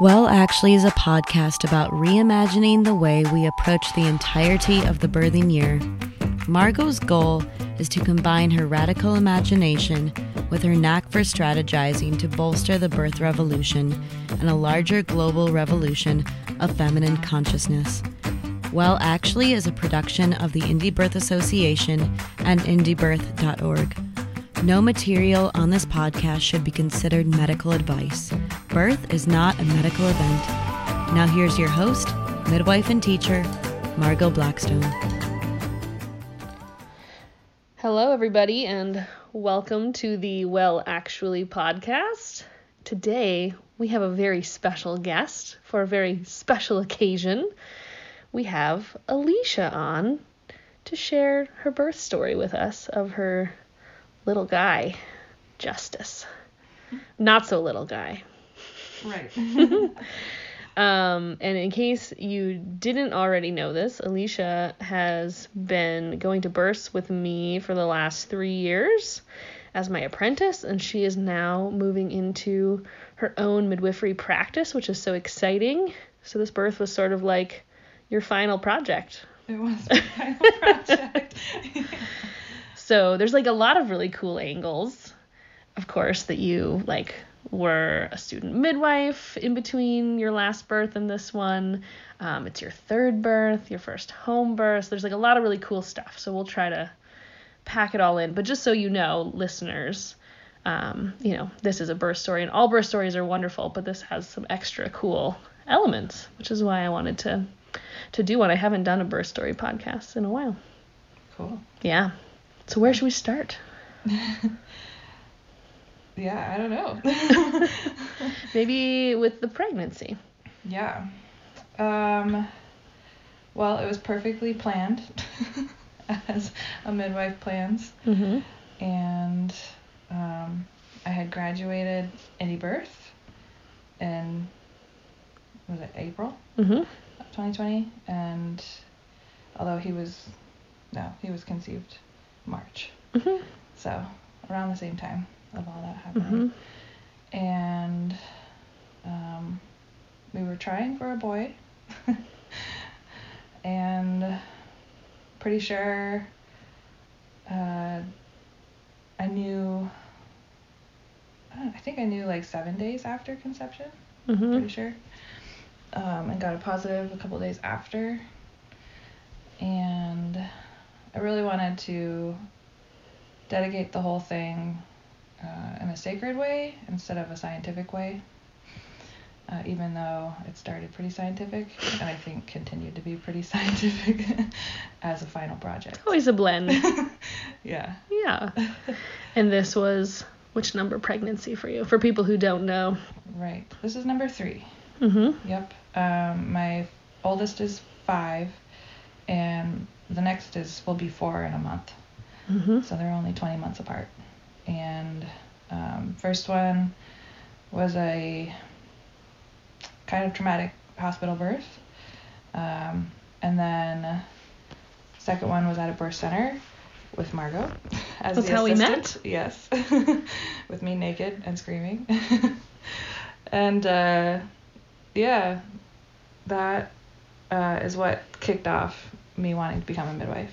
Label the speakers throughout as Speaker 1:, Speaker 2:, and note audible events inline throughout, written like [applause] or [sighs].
Speaker 1: Well Actually is a podcast about reimagining the way we approach the entirety of the birthing year. Margot's goal is to combine her radical imagination with her knack for strategizing to bolster the birth revolution and a larger global revolution of feminine consciousness. Well Actually is a production of the Indie Birth Association and indiebirth.org. No material on this podcast should be considered medical advice. Birth is not a medical event. Now, here's your host, midwife and teacher, Margot Blackstone.
Speaker 2: Hello, everybody, and welcome to the Well Actually podcast. Today, we have a very special guest for a very special occasion. We have Alicia on to share her birth story with us of her little guy, Justice. Not so little guy.
Speaker 3: Right.
Speaker 2: Um, and in case you didn't already know this, Alicia has been going to births with me for the last three years as my apprentice, and she is now moving into her own midwifery practice, which is so exciting. So, this birth was sort of like your final project.
Speaker 3: It was my final project.
Speaker 2: So, there's like a lot of really cool angles, of course, that you like were a student midwife in between your last birth and this one. Um, it's your third birth, your first home birth. So there's like a lot of really cool stuff. So we'll try to pack it all in. But just so you know, listeners, um, you know, this is a birth story, and all birth stories are wonderful, but this has some extra cool elements, which is why I wanted to to do one. I haven't done a birth story podcast in a while.
Speaker 3: cool.
Speaker 2: Yeah. So where should we start?
Speaker 3: Yeah, I don't know.
Speaker 2: Maybe with the pregnancy.
Speaker 3: yeah. Um, well, it was perfectly planned, [laughs] as a midwife plans.
Speaker 2: Mm-hmm.
Speaker 3: And um, I had graduated Indie Birth in, was it April
Speaker 2: Mm-hmm.
Speaker 3: 2020? And although he was, no, he was conceived March.
Speaker 2: Mm-hmm.
Speaker 3: So around the same time of all that happening.
Speaker 2: Mm-hmm.
Speaker 3: and um, we were trying for a boy [laughs] and pretty sure uh, i knew I don't know, I think I knew like seven days after conception,
Speaker 2: Mm-hmm.
Speaker 3: pretty sure. Um, and got a positive a couple days after. And I really wanted to dedicate the whole thing uh, in a sacred way instead of a scientific way. Uh, even though it started pretty scientific, and I think continued to be pretty [laughs] scientific as a final project.
Speaker 2: Always a blend. [laughs]
Speaker 3: Yeah.
Speaker 2: Yeah. and this was which number pregnancy for you? For people who don't know.
Speaker 3: Right. This is number three.
Speaker 2: Mhm.
Speaker 3: Yep. Um, my oldest is five, and the next is will be four in a month.
Speaker 2: Mhm.
Speaker 3: So they're only 20 months apart. And um, first one was a kind of traumatic hospital birth. Um, and then second one was at a birth center with Margot [laughs] as
Speaker 2: That's
Speaker 3: the
Speaker 2: how we
Speaker 3: assistant. Yes, [laughs] with me naked and screaming. [laughs] and uh, yeah, that uh, is what kicked off me wanting to become a midwife.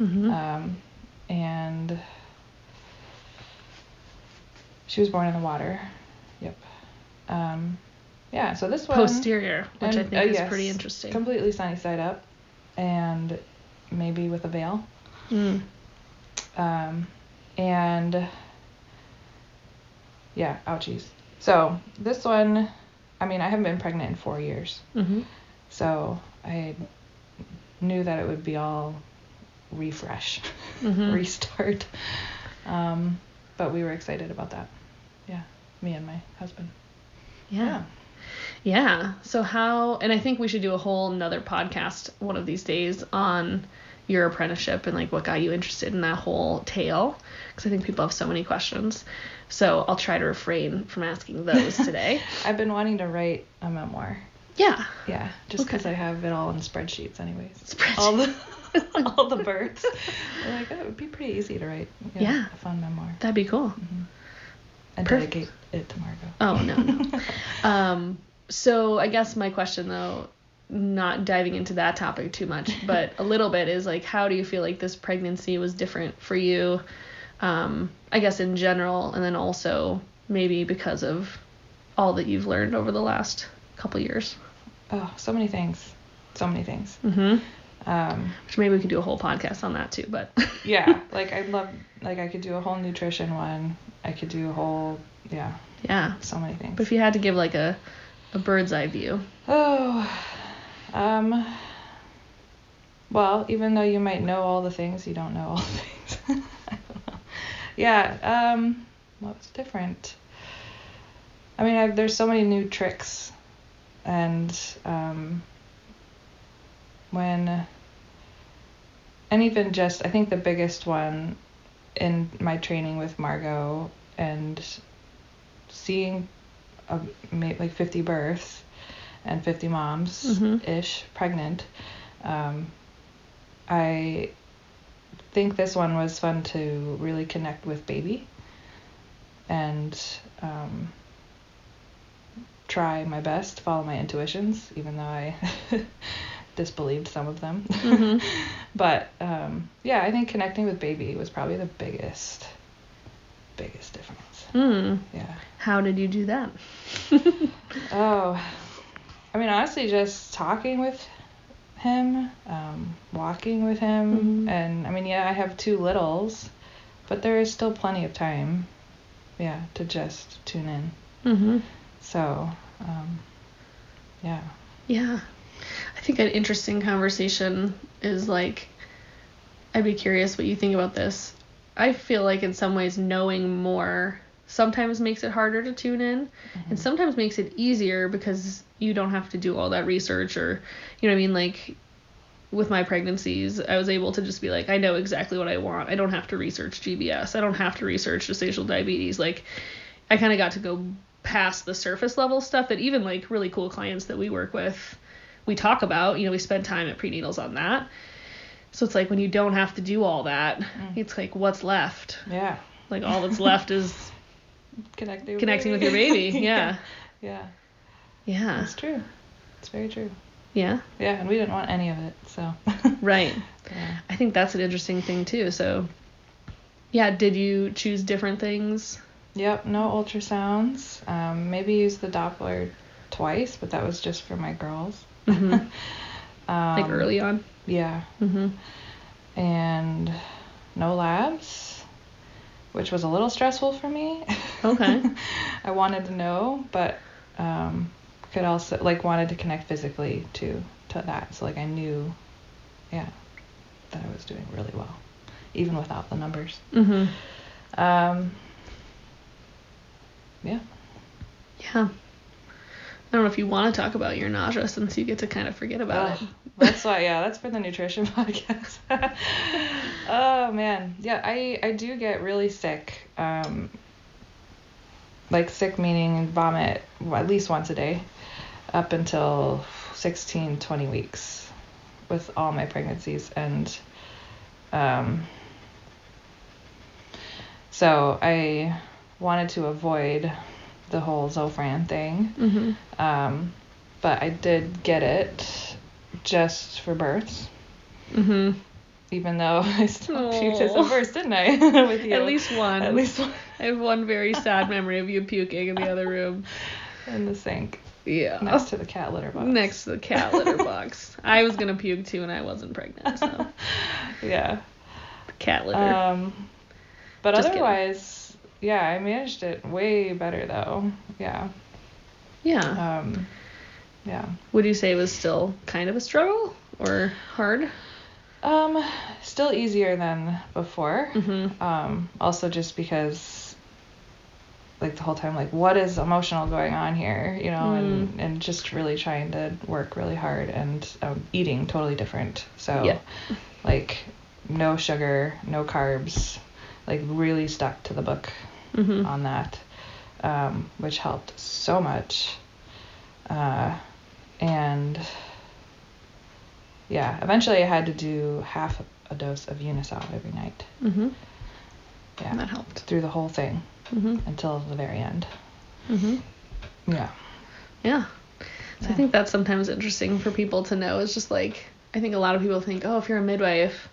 Speaker 2: Mhm.
Speaker 3: Um, and she was born in the water. Yep. Um, yeah, so this one
Speaker 2: Posterior, which I
Speaker 3: and-
Speaker 2: think
Speaker 3: oh,
Speaker 2: is
Speaker 3: yes.
Speaker 2: pretty interesting.
Speaker 3: completely sunny side up and maybe with a veil.
Speaker 2: mm.
Speaker 3: Um, and yeah, ouchies. So this one, I mean, I haven't been pregnant in four years.
Speaker 2: Mhm.
Speaker 3: So I knew that it would be all refresh,
Speaker 2: Mhm.
Speaker 3: restart. [laughs] Um, but we were excited about that. Yeah, me and my husband.
Speaker 2: Yeah. Yeah. So how and I think we should do a whole another podcast one of these days on your apprenticeship and like what got you interested in that whole tale because I think people have so many questions. So I'll try to refrain from asking those today.
Speaker 3: I've been wanting to write a memoir.
Speaker 2: yeah.
Speaker 3: Yeah, just
Speaker 2: Okay.
Speaker 3: because I have it all in
Speaker 2: [laughs]
Speaker 3: spreadsheets, anyways.
Speaker 2: Spreadsheet.
Speaker 3: All the [laughs] all the birds. I'm like, oh, it would be pretty easy to write.
Speaker 2: Yeah.
Speaker 3: A fun memoir. Mm-hmm.
Speaker 2: That'd be cool.
Speaker 3: And
Speaker 2: Perfect.
Speaker 3: dedicate it to Margot.
Speaker 2: Oh no, no. [laughs] um, so I guess my question though, not diving into that topic too much, [laughs] but a little bit is like, how do you feel like this pregnancy was different for you? Um, I guess in general, and then also maybe because of all that you've learned over the last couple years.
Speaker 3: Oh, so many things. So many things.
Speaker 2: Mm-hmm. [laughs]
Speaker 3: Um,
Speaker 2: Which maybe we could do a whole podcast on that too, but [laughs]
Speaker 3: yeah, like I love, like I could do a whole nutrition one. I could do a whole, yeah,
Speaker 2: yeah.
Speaker 3: so many
Speaker 2: But
Speaker 3: things.
Speaker 2: if you had to give like a, a bird's eye view,
Speaker 3: Oh, um, well, even though you might know all the things, you don't know all the things. [laughs] I don't know. Yeah, um, what's different? I mean, I, there's so many new tricks, and um, when, uh, and even just, I think the biggest one in my training with Margot and seeing a, ma- like 50 births and 50 moms
Speaker 2: Mhm.
Speaker 3: ish pregnant, um, I think this one was fun to really connect with baby and um, try my best, follow my intuitions, even though I [laughs] disbelieved some of them.
Speaker 2: Mhm.
Speaker 3: but um, yeah, I think connecting with baby was probably the biggest, biggest difference.
Speaker 2: [laughs] hmm,
Speaker 3: Yeah.
Speaker 2: how did you do that?
Speaker 3: Oh, I mean, honestly, just talking with him, um, walking with him,
Speaker 2: Mhm.
Speaker 3: and I mean, yeah, I have two littles, but there is still plenty of time, yeah, to just tune in.
Speaker 2: Mm-hmm.
Speaker 3: So, um, yeah,
Speaker 2: Yeah. I think an interesting conversation is like, I'd be curious what you think about this. I feel like, in some ways, knowing more sometimes makes it harder to tune in and sometimes makes it easier because you don't have to do all that research or, you know what I mean? Like, with my pregnancies, I was able to just be like, I know exactly what I want. I don't have to research GBS. I don't have to research gestational diabetes. Like, I kind of got to go past the surface level stuff that even like really cool clients that we work with, we talk about. You know, we spend time at prenatals on that. So it's like when you don't have to do all that, it's like what's left?
Speaker 3: Mm-hmm. yeah,
Speaker 2: Like all that's left is
Speaker 3: connecting with
Speaker 2: connecting with [laughs] your baby. [laughs] Yeah.
Speaker 3: yeah,
Speaker 2: Yeah.
Speaker 3: it's true. It's very true.
Speaker 2: Yeah.
Speaker 3: Yeah, and we didn't want any of it, so
Speaker 2: Right.
Speaker 3: yeah.
Speaker 2: I think that's an interesting thing too. So yeah, did you choose different things?
Speaker 3: Yep, no ultrasounds. Um, maybe use the Doppler twice, but that was just for my girls. Mm-hmm.
Speaker 2: Mhm.
Speaker 3: Um,
Speaker 2: [laughs] Like early on?
Speaker 3: Yeah,
Speaker 2: Mm-hmm.
Speaker 3: and no labs, which was a little stressful for me. [laughs]
Speaker 2: Okay.
Speaker 3: I wanted to know, but um, could also like wanted to connect physically to to that. So like I knew, yeah, that I was doing really well, even without the numbers.
Speaker 2: mm-hmm.
Speaker 3: Um, yeah.
Speaker 2: Yeah. I don't know if you want to talk about your nausea since you get to kind of forget about
Speaker 3: Ugh,
Speaker 2: it.
Speaker 3: [laughs] That's why, yeah, that's for the nutrition [laughs] podcast. oh man, yeah, I I do get really sick. Um, like sick meaning vomit well, at least once a day, up until 16, 20 weeks, with all my pregnancies and, um. So I wanted to avoid the whole Zofran thing.
Speaker 2: Mm-hmm.
Speaker 3: Um, but I did get it just for births,
Speaker 2: Mm-hmm.
Speaker 3: even though [laughs] I still
Speaker 2: Aw.
Speaker 3: puked at some births, didn't I? [laughs] With you.
Speaker 2: At least one.
Speaker 3: At least one
Speaker 2: I have one very sad memory of you puking in the other room.
Speaker 3: in the sink
Speaker 2: Yeah.
Speaker 3: next to the cat litter box.
Speaker 2: Next to the cat
Speaker 3: [laughs]
Speaker 2: litter box. I was gonna puke too, and I wasn't pregnant, so
Speaker 3: Yeah.
Speaker 2: the cat litter.
Speaker 3: Um, but
Speaker 2: Just kidding.
Speaker 3: otherwise, yeah, I managed it way better though. Yeah.
Speaker 2: yeah.
Speaker 3: Um, yeah.
Speaker 2: Would you say it was still kind of a struggle or hard?
Speaker 3: Um, still easier than before.
Speaker 2: Mm-hmm.
Speaker 3: um, also just because like the whole time like what is emotional going on here you know and and just really trying to work really hard and um, eating totally different so
Speaker 2: Yeah.
Speaker 3: like no sugar no carbs like really stuck to the book
Speaker 2: Mm-hmm.
Speaker 3: on that, um, which helped so much. Uh, and yeah, eventually I had to do half a dose of Unisol every night.
Speaker 2: Mm-hmm.
Speaker 3: Yeah,
Speaker 2: That helped.
Speaker 3: through the whole thing
Speaker 2: Mm-hmm.
Speaker 3: until the very end.
Speaker 2: Mm-hmm.
Speaker 3: Yeah.
Speaker 2: Yeah. So I think that's sometimes interesting for people to know. Is just like I think a lot of people think, oh, if you're a midwife,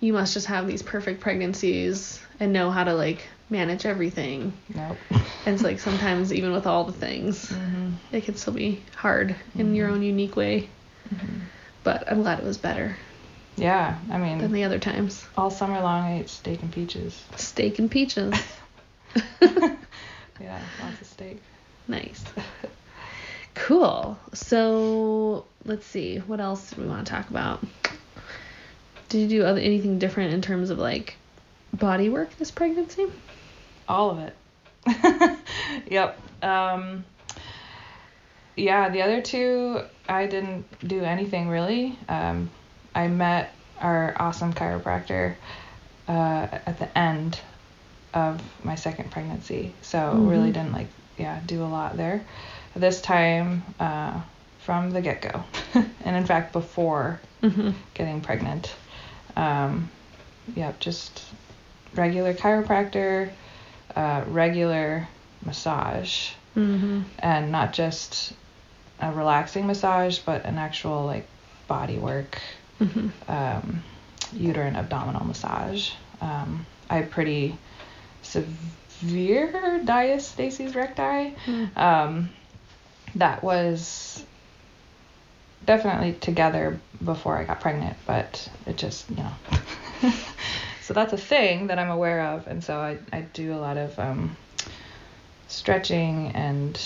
Speaker 2: you must just have these perfect pregnancies and know how to like manage everything.
Speaker 3: Nope.
Speaker 2: And it's like sometimes even with all the things,
Speaker 3: Mm-hmm.
Speaker 2: it can still be hard in your own unique way. But I'm glad it was better
Speaker 3: Yeah, I mean,
Speaker 2: than the other times.
Speaker 3: all summer long I ate steak and peaches.
Speaker 2: Steak and peaches.
Speaker 3: Yeah, lots of steak.
Speaker 2: Nice. Cool. So let's see. What else do we want to talk about? Did you do other, anything different in terms of like body work this pregnancy?
Speaker 3: All of it. [laughs] yep. Um, yeah, the other two, I didn't do anything really. Um, I met our awesome chiropractor uh, at the end of my second pregnancy, so really didn't like yeah do a lot there. This time uh, from the get go, [laughs] and in fact before
Speaker 2: Mm-hmm.
Speaker 3: getting pregnant. Um, yep, just regular chiropractor, uh, regular massage,
Speaker 2: Mm-hmm.
Speaker 3: and not just a relaxing massage, but an actual like body work,
Speaker 2: Mm-hmm.
Speaker 3: um, uterine abdominal massage. Um, I had pretty severe diastasis recti.
Speaker 2: Mm.
Speaker 3: Um, that was definitely together before I got pregnant, but it just, you know. [laughs] so that's a thing that I'm aware of. And so I, I do a lot of um, stretching and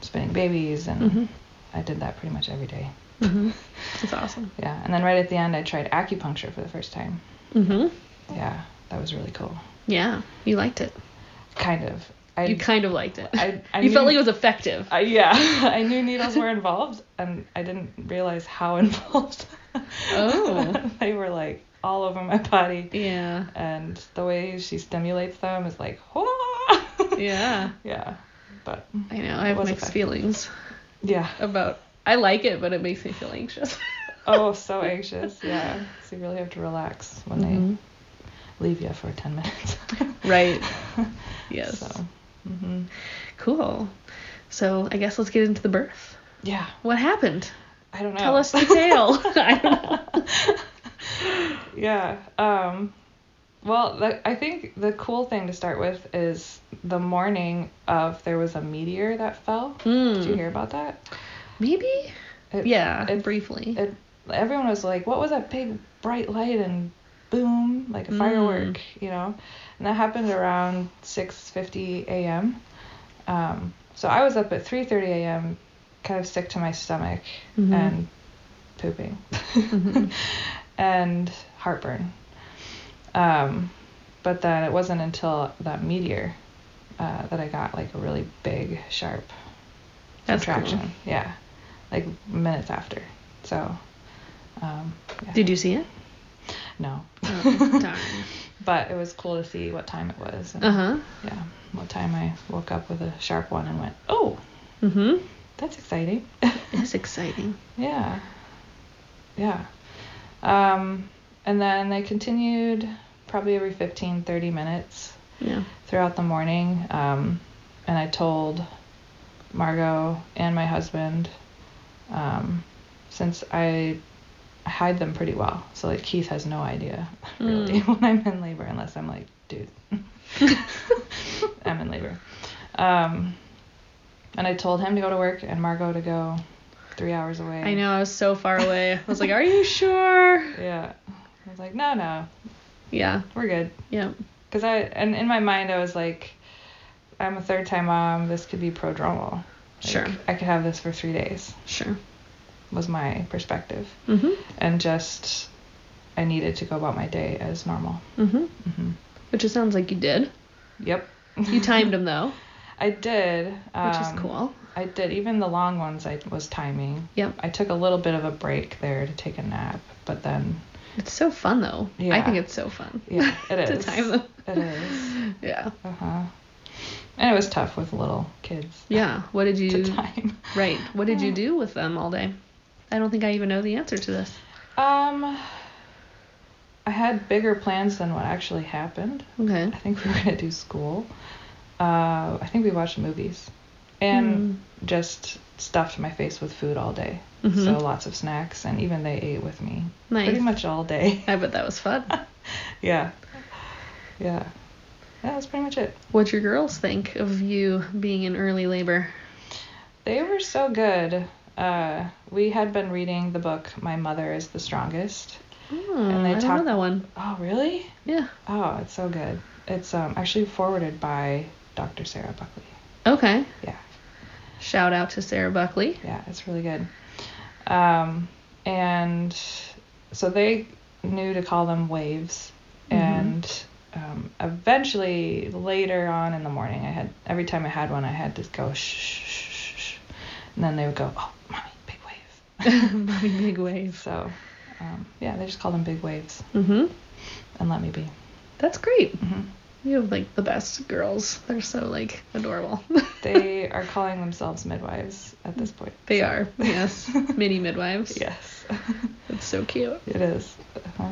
Speaker 3: spinning babies, and
Speaker 2: Mm-hmm.
Speaker 3: I did that pretty much every day.
Speaker 2: Mm-hmm. That's awesome.
Speaker 3: Yeah. And then right at the end, I tried acupuncture for the first time.
Speaker 2: Mm-hmm.
Speaker 3: Yeah. That was really cool.
Speaker 2: Yeah, you liked it.
Speaker 3: Kind of. I,
Speaker 2: you kind of liked it.
Speaker 3: I, I
Speaker 2: you felt
Speaker 3: knew-
Speaker 2: like it was effective.
Speaker 3: I, yeah, [laughs] I knew needles were involved, and I didn't realize how [laughs] involved.
Speaker 2: Oh.
Speaker 3: [laughs] they were like all over my body,
Speaker 2: yeah.
Speaker 3: and the way she stimulates them is like, [laughs] "Whoa!"
Speaker 2: Yeah.
Speaker 3: yeah, but
Speaker 2: I know. I
Speaker 3: It
Speaker 2: have
Speaker 3: was
Speaker 2: mixed
Speaker 3: effective.
Speaker 2: feelings
Speaker 3: yeah.
Speaker 2: about. I like it, but it makes me feel anxious.
Speaker 3: Oh, so anxious. Yeah, so you really have to relax when
Speaker 2: Mm-hmm.
Speaker 3: they leave you for ten minutes.
Speaker 2: [laughs]
Speaker 3: [laughs]
Speaker 2: Right. Yes.
Speaker 3: So, hmm
Speaker 2: Cool. So I guess let's get into the birth.
Speaker 3: yeah,
Speaker 2: What happened?
Speaker 3: I don't know.
Speaker 2: Tell us the tale. [laughs]
Speaker 3: [laughs]
Speaker 2: I don't know.
Speaker 3: yeah. Um, well, the, I think the cool thing to start with is the morning of there was a meteor that fell. Did you
Speaker 2: Mm,
Speaker 3: hear about that?
Speaker 2: maybe?
Speaker 3: It-
Speaker 2: yeah,
Speaker 3: it-
Speaker 2: briefly.
Speaker 3: it- Everyone was like, "What was that big bright light and boom, like a
Speaker 2: Mm.
Speaker 3: firework?" You know, and that happened around 6:50 a.m. Um, so I was up at 3:30 a.m., kind of sick to my stomach
Speaker 2: Mhm.
Speaker 3: and pooping.
Speaker 2: Mhm.
Speaker 3: [laughs] and heartburn. Um, but then it wasn't until that meteor uh, that I got like a really big, sharp
Speaker 2: That's
Speaker 3: contraction.
Speaker 2: cool.
Speaker 3: Yeah, like minutes after. So, um, yeah.
Speaker 2: Did you see it?
Speaker 3: No,
Speaker 2: Oh, [laughs] darn.
Speaker 3: but it was cool to see what time it was. And,
Speaker 2: Uh huh.
Speaker 3: Yeah, what time I woke up with a sharp one and went, oh,
Speaker 2: Mm hmm.
Speaker 3: that's exciting.
Speaker 2: It's exciting.
Speaker 3: Yeah. Yeah. Um, and then they continued probably every 15, 30 minutes
Speaker 2: Yeah.
Speaker 3: throughout the morning. Um, and I told Margot and my husband, um, since I hide them pretty well. So, like, Keith has no idea [laughs] really
Speaker 2: Hmm.
Speaker 3: when I'm in labor unless I'm like, dude, [laughs] I'm in labor. Um, and I told him to go to work and Margot to go three hours away.
Speaker 2: I know. I was so far away. I was like, are you sure?
Speaker 3: Yeah. I was like, no, no,
Speaker 2: Yeah.
Speaker 3: we're good.
Speaker 2: Yeah.
Speaker 3: Because I, and in my mind, I was like, I'm a third time mom. This could be prodromal. Like,
Speaker 2: Sure.
Speaker 3: I could have this for three days,
Speaker 2: Sure.
Speaker 3: was my perspective.
Speaker 2: Mm hmm.
Speaker 3: And just, I needed to go about my day as normal.
Speaker 2: Mm hmm.
Speaker 3: hmm
Speaker 2: Which it sounds like you did.
Speaker 3: Yep.
Speaker 2: You timed them though,
Speaker 3: [laughs] I did. Which
Speaker 2: which is cool.
Speaker 3: I did. Even the long ones, I was timing.
Speaker 2: Yep.
Speaker 3: I took a little bit of a break there to take a nap, but then,
Speaker 2: It's so fun though. I
Speaker 3: Yeah.
Speaker 2: think it's so fun. [laughs]
Speaker 3: yeah, it is.
Speaker 2: to time them.
Speaker 3: It is.
Speaker 2: Yeah.
Speaker 3: Uh huh. And it was tough with little kids
Speaker 2: Yeah. What did
Speaker 3: to
Speaker 2: you
Speaker 3: time.
Speaker 2: Right. What did you do with them all day? I don't think I even know the answer to this.
Speaker 3: Um, I had bigger plans than what actually happened.
Speaker 2: Okay.
Speaker 3: I think we were gonna do school. Uh, I think we watched movies. and just stuffed my face with food all day. So lots of snacks, and even they ate with me
Speaker 2: Hmm. Mm-hmm. nice.
Speaker 3: pretty much
Speaker 2: [laughs]
Speaker 3: all day. [laughs]
Speaker 2: I bet that was fun.
Speaker 3: yeah, yeah, yeah. That's pretty much it.
Speaker 2: What'd your girls think of you being in early labor?
Speaker 3: They were so good. Uh, we had been reading the book My Mother Is the Strongest.
Speaker 2: Oh,
Speaker 3: And they
Speaker 2: I don't know
Speaker 3: talk-
Speaker 2: that one.
Speaker 3: Oh, really?
Speaker 2: Yeah.
Speaker 3: Oh, it's so good. It's um, actually forwarded by Dr. Sarah Buckley.
Speaker 2: Okay.
Speaker 3: Yeah.
Speaker 2: Shout out to Sarah
Speaker 3: [laughs]
Speaker 2: Buckley.
Speaker 3: Yeah, it's really good. Um, and so they knew to call them waves.
Speaker 2: Mhm.
Speaker 3: And um, eventually, later on in the morning, I had every time I had one, I had to go shh, shh, shh, shh, shh. and then they would go, "Oh, mommy, big wave."
Speaker 2: Mommy Big Wave.
Speaker 3: So, um, yeah, they just called them big waves
Speaker 2: Mm-hmm.
Speaker 3: and let me be.
Speaker 2: That's great.
Speaker 3: hmm
Speaker 2: You have like the best girls. They're so like adorable.
Speaker 3: They are calling themselves midwives at this point.
Speaker 2: they
Speaker 3: [laughs]
Speaker 2: are. Yes. [laughs] Mini midwives.
Speaker 3: Yes,
Speaker 2: It's so cute.
Speaker 3: it is. Uh-huh.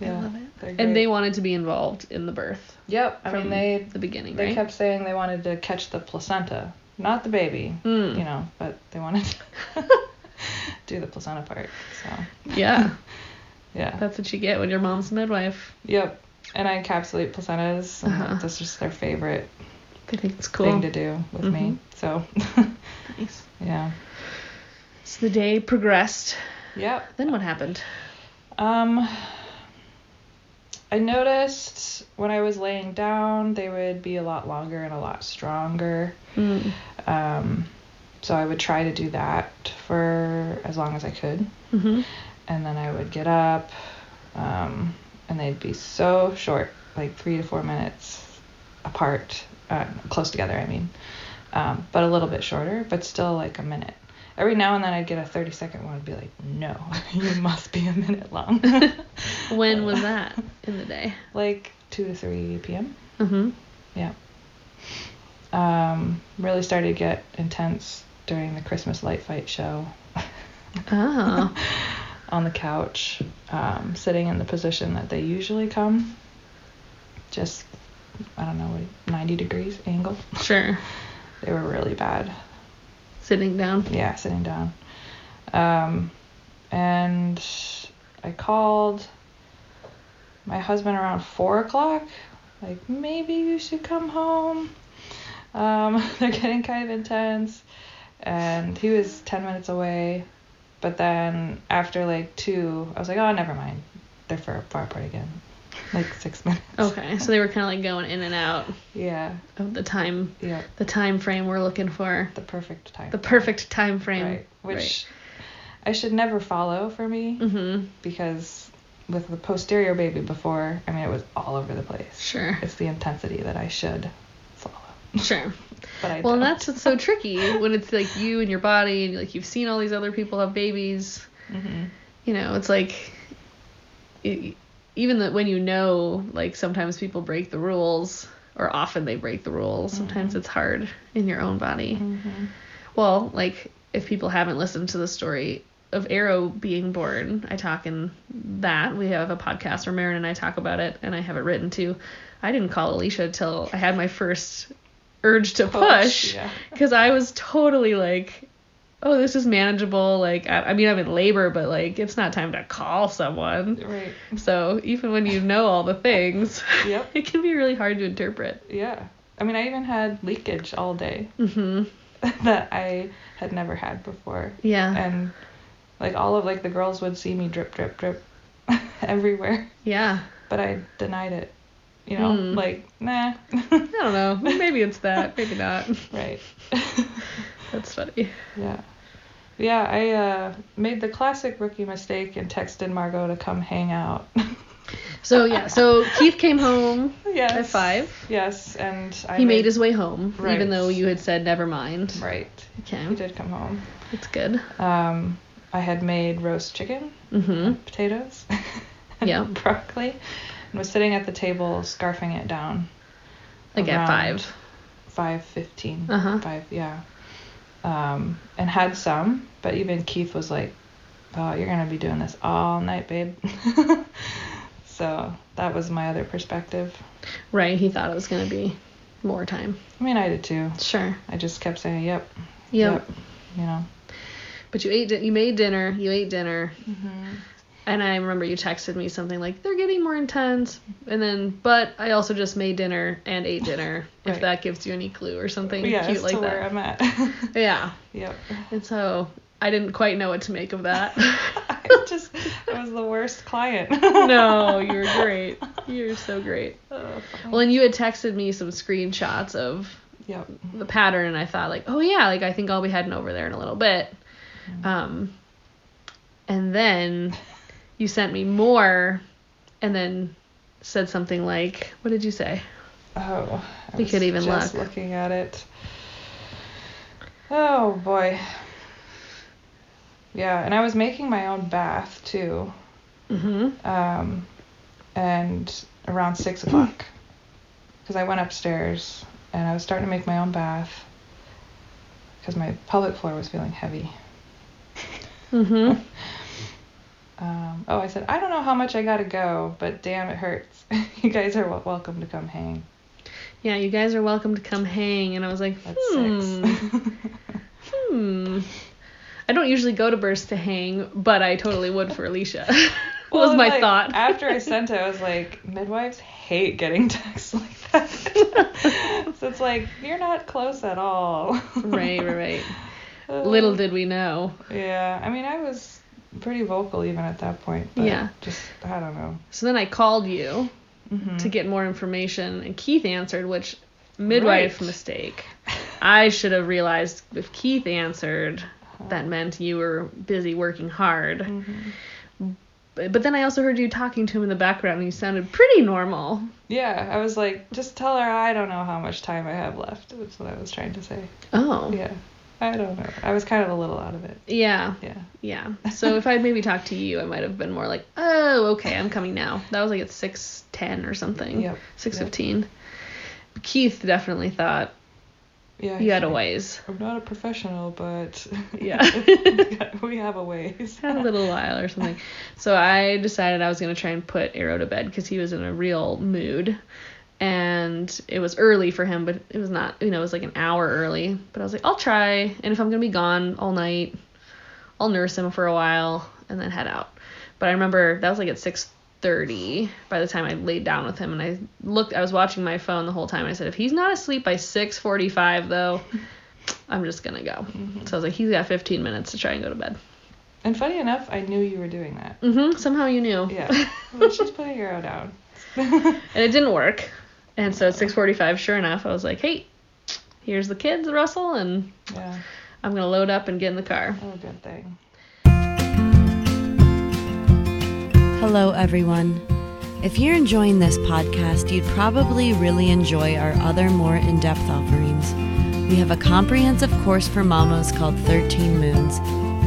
Speaker 3: Yeah,
Speaker 2: I love it.
Speaker 3: they're
Speaker 2: And
Speaker 3: great.
Speaker 2: they wanted to be involved in the birth
Speaker 3: Yep. I
Speaker 2: from
Speaker 3: mean, they
Speaker 2: the beginning,
Speaker 3: They
Speaker 2: right?
Speaker 3: kept saying they wanted to catch the placenta, not the baby,
Speaker 2: Mm.
Speaker 3: you know, but they wanted to [laughs] do the placenta part. So, [laughs]
Speaker 2: Yeah.
Speaker 3: yeah.
Speaker 2: That's what you get when your mom's a midwife.
Speaker 3: yep. And I encapsulate placentas. And
Speaker 2: Uh-huh.
Speaker 3: That's just their favorite
Speaker 2: They think it's cool.
Speaker 3: thing to do with me. So,
Speaker 2: Nice.
Speaker 3: yeah.
Speaker 2: So the day progressed.
Speaker 3: Yep.
Speaker 2: Then what happened?
Speaker 3: Um, I noticed when I was laying down, they would be a lot longer and a lot stronger.
Speaker 2: Mm.
Speaker 3: Um, so I would try to do that for as long as I could.
Speaker 2: hmm
Speaker 3: and then I would get up, um, and they'd be so short, like three to four minutes apart, uh, close together, I mean, um, but a little bit shorter, but still like a minute. Every now and then I'd get a 30 second one and be like, no, [laughs] you must be a minute long. [laughs]
Speaker 2: When was that in the day?
Speaker 3: like 2 to 3 p.m.
Speaker 2: Mm-hmm.
Speaker 3: Yeah. Um, really started to get intense during the Christmas light fight show. [laughs]
Speaker 2: Oh.
Speaker 3: on the couch, um, sitting in the position that they usually come. Just, I don't know, what 90 degrees angle.
Speaker 2: sure.
Speaker 3: They were really bad.
Speaker 2: Sitting down.
Speaker 3: Yeah, sitting down. Um, and I called my husband around 4 o'clock, like, maybe you should come home. Um, [laughs] they're getting kind of intense. And he was 10 minutes away. But then after like 2, I was like, oh, never mind. They're far, far apart again. Like six [laughs] minutes.
Speaker 2: Okay. So they were kind of like going in and out
Speaker 3: Yeah,
Speaker 2: of the time,
Speaker 3: yeah.
Speaker 2: the time frame we're looking for.
Speaker 3: The perfect time.
Speaker 2: The perfect time frame.
Speaker 3: Right. Which I should never follow for me.
Speaker 2: Mm-hmm.
Speaker 3: because with the posterior baby before, I mean, it was all over the place.
Speaker 2: Sure.
Speaker 3: It's the intensity that I should follow,
Speaker 2: Sure.
Speaker 3: but I
Speaker 2: Well,
Speaker 3: don't.
Speaker 2: and that's what's so tricky when it's like you and your body, and like you've seen all these other people have babies.
Speaker 3: hmm
Speaker 2: You know, it's like e- even that when you know, like sometimes people break the rules, or often they break the rules. Sometimes it's hard in your own body. Well, like if people haven't listened to the story of Arrow being born, I talk in that. We have a podcast where Marin and I talk about it, and I have it written too. I didn't call Alicia till I had my first urge to
Speaker 3: Oh,
Speaker 2: push
Speaker 3: Yeah.
Speaker 2: because I was totally like, oh, this is manageable. Like, I, I mean, I'm in labor, but like, it's not time to call someone.
Speaker 3: Right.
Speaker 2: So even when you know all the things, [laughs]
Speaker 3: Yep.
Speaker 2: it can be really hard to interpret.
Speaker 3: Yeah. I mean, I even had leakage all day [laughs]
Speaker 2: hmm
Speaker 3: that I had never had before,
Speaker 2: Yeah.
Speaker 3: and like all of like the girls would see me drip, drip, drip [laughs] everywhere,
Speaker 2: Yeah.
Speaker 3: but I denied it. You know,
Speaker 2: Mm.
Speaker 3: like nah.
Speaker 2: I don't know. Maybe it's that. Maybe not.
Speaker 3: right.
Speaker 2: That's funny.
Speaker 3: Yeah. Yeah, I uh, made the classic rookie mistake and texted Margot to come hang out. [laughs]
Speaker 2: So yeah, so Keith came home [laughs]
Speaker 3: yes.
Speaker 2: at five.
Speaker 3: Yes, and I
Speaker 2: He made his way home,
Speaker 3: Right.
Speaker 2: even though you had said never mind.
Speaker 3: right. He
Speaker 2: Okay,
Speaker 3: did come home.
Speaker 2: it's good.
Speaker 3: Um, I had made roast chicken,
Speaker 2: hmm
Speaker 3: potatoes, [laughs]
Speaker 2: Yeah,
Speaker 3: broccoli, and was sitting at the table scarfing it down.
Speaker 2: like at
Speaker 3: around
Speaker 2: five.
Speaker 3: Five fifteen.
Speaker 2: Uh-huh.
Speaker 3: Five, yeah. Um, and had some, but even Keith was like, "Oh, you're gonna be doing this all night, babe." [laughs] so that was my other perspective.
Speaker 2: Right, he thought it was gonna be more time.
Speaker 3: I mean, I did too.
Speaker 2: Sure.
Speaker 3: I just kept saying, yep,
Speaker 2: Yep.
Speaker 3: you know.
Speaker 2: But you ate. di- You made dinner. You ate dinner.
Speaker 3: Mm-hmm.
Speaker 2: And I remember you texted me something like, "They're getting more intense." And then, but I also just made dinner and ate
Speaker 3: [laughs]
Speaker 2: dinner. If
Speaker 3: Right.
Speaker 2: that gives you any clue or something
Speaker 3: Yeah,
Speaker 2: cute like
Speaker 3: that's to where
Speaker 2: that.
Speaker 3: I'm at. [laughs]
Speaker 2: Yeah. [laughs]
Speaker 3: yep.
Speaker 2: And so I didn't quite know what to make of
Speaker 3: [laughs]
Speaker 2: that. [laughs]
Speaker 3: I just, I was the worst client.
Speaker 2: no, you were great. You were so great.
Speaker 3: Oh, fine.
Speaker 2: Well, and you had texted me some screenshots of
Speaker 3: yep.
Speaker 2: the pattern, and I thought like, oh yeah, like I think I'll be heading over there in a little bit. Um, and then you sent me more, and then said something like, what did you say?
Speaker 3: Oh, I
Speaker 2: We
Speaker 3: was
Speaker 2: could even
Speaker 3: just
Speaker 2: look.
Speaker 3: looking at it. Oh boy. Yeah, and I was making my own bath too,
Speaker 2: Mm-hmm.
Speaker 3: um, and around
Speaker 2: [clears throat]
Speaker 3: six o'clock, because I went upstairs and I was starting to make my own bath, because my pelvic floor was feeling heavy.
Speaker 2: Mm-hmm.
Speaker 3: Um, oh, I said I don't know how much I gotta go, but damn, it hurts. [laughs] you guys are wel- welcome to come hang
Speaker 2: Yeah, you guys are welcome to come hang, and I was like,
Speaker 3: at
Speaker 2: hmm,
Speaker 3: six.
Speaker 2: hmm. I don't usually go to Burst to hang, but I totally would for
Speaker 3: [laughs]
Speaker 2: Alicia. was
Speaker 3: Well,
Speaker 2: my
Speaker 3: like,
Speaker 2: thought.
Speaker 3: after I sent it, I was like, midwives hate getting [laughs] texts like
Speaker 2: [laughs]
Speaker 3: that. so it's like, you're not close at all.
Speaker 2: right, right, right.
Speaker 3: Uh,
Speaker 2: Little did we know.
Speaker 3: Yeah, I mean, I was pretty vocal even at that point. But
Speaker 2: Yeah.
Speaker 3: Just, I don't know.
Speaker 2: So then I called you
Speaker 3: Mm-hmm.
Speaker 2: to
Speaker 3: [laughs]
Speaker 2: get more information, and Keith answered, which midwife
Speaker 3: Right.
Speaker 2: mistake. I should have realized if Keith answered, that meant you were busy working hard.
Speaker 3: Mm-hmm.
Speaker 2: But, but then I also heard you talking to him in the background, and you sounded pretty normal.
Speaker 3: Yeah, I was like, just tell her I don't know how much time I have left. That's what I was trying to say.
Speaker 2: Oh.
Speaker 3: Yeah. I don't know. I was kind of a little out of it.
Speaker 2: Yeah,
Speaker 3: Yeah.
Speaker 2: yeah. So if I'd maybe talked to you, I might have been more like, "Oh, okay, I'm coming now." That was like at six ten or something,
Speaker 3: Yep.
Speaker 2: six fifteen. Keith definitely thought
Speaker 3: Yeah.
Speaker 2: you had a ways.
Speaker 3: I'm not a professional, but [laughs]
Speaker 2: Yeah.
Speaker 3: we have a ways.
Speaker 2: had a little while or something. So I decided I was going to try and put Arrow to bed because he was in a real mood. And it was early for him, but it was not, you know, it was like an hour early. But I was like, I'll try. And if I'm going to be gone all night, I'll nurse him for a while and then head out. But I remember that was like at 6:30 by the time I laid down with him and I looked I was watching my phone the whole time. I said if he's not asleep by 6:45 though, I'm just going to go. So I was like he's got 15 minutes to try and go to bed.
Speaker 3: And funny enough, I knew you were doing that.
Speaker 2: Mm-hmm. Somehow you knew.
Speaker 3: Yeah.
Speaker 2: [laughs]
Speaker 3: but she's putting her arrow down.
Speaker 2: And it didn't work. And so at 6:45, sure enough, I was like, "Hey, here's the kids, Russell, and
Speaker 3: Yeah.
Speaker 2: I'm gonna load up and get in the car."
Speaker 3: Oh, good thing.
Speaker 1: Hello, everyone. If you're enjoying this podcast, you'd probably really enjoy our other more in depth offerings. We have a comprehensive course for mamas called 13 Moons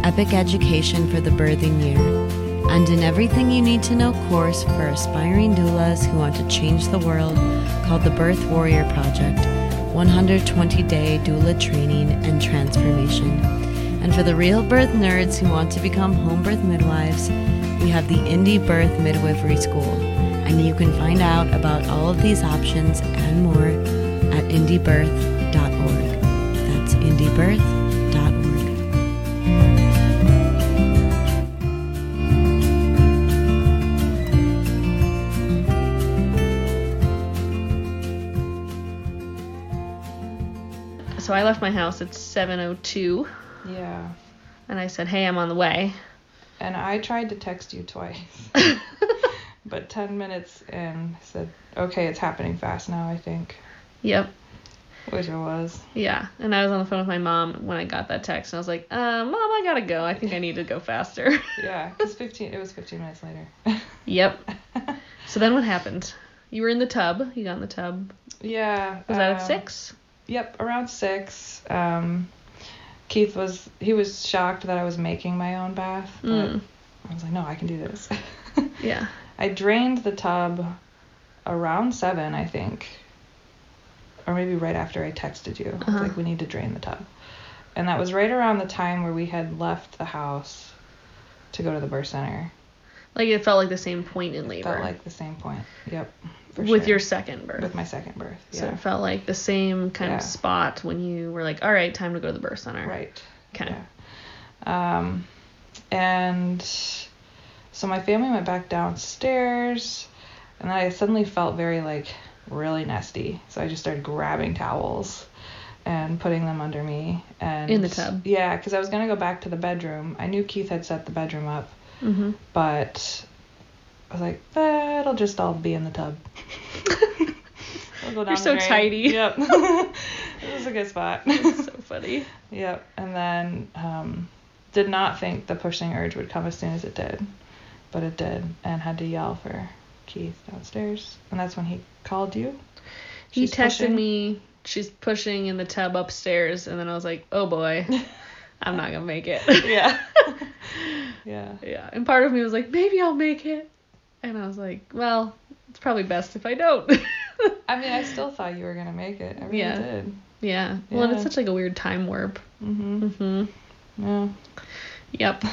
Speaker 1: Epic Education for the Birthing Year, and an Everything You Need to Know course for aspiring doulas who want to change the world called the Birth Warrior Project 120 Day Doula Training and Transformation. And for the real birth nerds who want to become home birth midwives, we have the Indie Birth Midwifery School. And you can find out about all of these options and more at indiebirth.org. That's indiebirth.org.
Speaker 2: So I left my house at 7:02,
Speaker 3: Yeah.
Speaker 2: and I said, "Hey, I'm on the way."
Speaker 3: And I tried to text
Speaker 2: [laughs]
Speaker 3: you twice. but 10 minutes in, I said, okay, it's happening fast now, I think.
Speaker 2: Yep.
Speaker 3: Which it was.
Speaker 2: Yeah. And I was on the phone with my mom when I got that text, and I was like, uh, "Mom, I gotta go. I think I need to go faster." [laughs]
Speaker 3: Yeah, because 15, it was 15 minutes later.
Speaker 2: yep. So then what happened? You were in the tub. You got in the tub.
Speaker 3: yeah.
Speaker 2: Was that at
Speaker 3: um,
Speaker 2: six?
Speaker 3: Yep, around six. Um, Keith was, he was shocked that I was making my own bath. But
Speaker 2: Mm.
Speaker 3: I was like, no, I can do this.
Speaker 2: Yeah.
Speaker 3: I drained the tub around seven, I think, or maybe right after I texted you. I was
Speaker 2: Uh-huh.
Speaker 3: Like we need to drain the tub, and that was right around the time where we had left the house to go to the birth center.
Speaker 2: Like it felt like the same point in
Speaker 3: Felt
Speaker 2: labor.
Speaker 3: like the same point. Yep. for
Speaker 2: with
Speaker 3: sure.
Speaker 2: your second birth.
Speaker 3: with my second birth.
Speaker 2: So
Speaker 3: Yeah.
Speaker 2: it felt like the same kind
Speaker 3: Yeah.
Speaker 2: of spot when you were like, all right, time to go to the birth center.
Speaker 3: right.
Speaker 2: Okay.
Speaker 3: Yeah. Um, and so my family went back downstairs, and then I suddenly felt very like really nasty. So I just started grabbing towels and putting them under me and
Speaker 2: In the tub.
Speaker 3: [laughs] Yeah, because I was gonna go back to the bedroom. I knew Keith had set the bedroom up,
Speaker 2: Mm-hmm.
Speaker 3: but I was like, that'll just all be in the
Speaker 2: [laughs]
Speaker 3: tub. It'll go down
Speaker 2: You're so
Speaker 3: drain."
Speaker 2: tidy.
Speaker 3: Yep. [laughs] this is a good spot.
Speaker 2: It's so
Speaker 3: [laughs]
Speaker 2: funny.
Speaker 3: Yep, and then um, did not think the pushing urge would come as soon as it did, but it did, and had to yell for Keith downstairs, and that's when he called you.
Speaker 2: He
Speaker 3: She's
Speaker 2: texted
Speaker 3: pushing.
Speaker 2: me, she's pushing in the tub upstairs, and then I was like, oh boy, I'm not going to make it.
Speaker 3: [laughs]
Speaker 2: [laughs]
Speaker 3: Yeah. yeah.
Speaker 2: yeah. And part of me was like, maybe I'll make it. And I was like, well, it's probably best if I don't. [laughs]
Speaker 3: I mean, I still thought you were gonna make it. I really
Speaker 2: Yeah.
Speaker 3: did.
Speaker 2: yeah. Well, and it's
Speaker 3: Yeah.
Speaker 2: such like a weird time warp.
Speaker 3: Mhm.
Speaker 2: hmm
Speaker 3: Yeah.
Speaker 2: Yep.